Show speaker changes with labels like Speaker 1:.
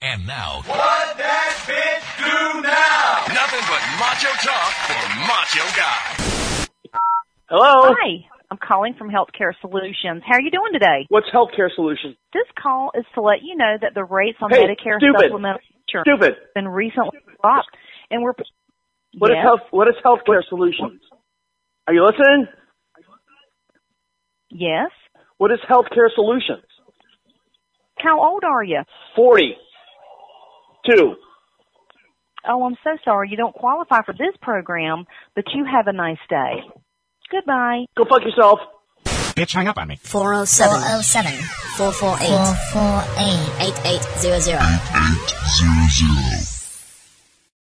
Speaker 1: And now,
Speaker 2: What that bitch do now?
Speaker 3: Nothing but macho talk for macho guy.
Speaker 4: Hello.
Speaker 5: Hi, I'm calling from Healthcare Solutions. How are you doing today?
Speaker 4: What's healthcare solutions?
Speaker 5: This call is to let you know that the rates on
Speaker 4: Hey,
Speaker 5: Medicare
Speaker 4: stupid.
Speaker 5: supplemental insurance
Speaker 4: Stupid.
Speaker 5: have been recently dropped, and we're
Speaker 4: What is
Speaker 5: yes,
Speaker 4: health? What is healthcare solutions? Are you listening?
Speaker 5: yes.
Speaker 4: What is healthcare solutions?
Speaker 5: How old are you?
Speaker 4: Forty-two.
Speaker 5: Oh, I'm so sorry. You don't qualify for this program, but you have a nice day. Goodbye.
Speaker 4: Go fuck yourself.
Speaker 1: bitch, hang up on me.
Speaker 6: 407 448
Speaker 7: 448
Speaker 6: 8800.
Speaker 7: 8800.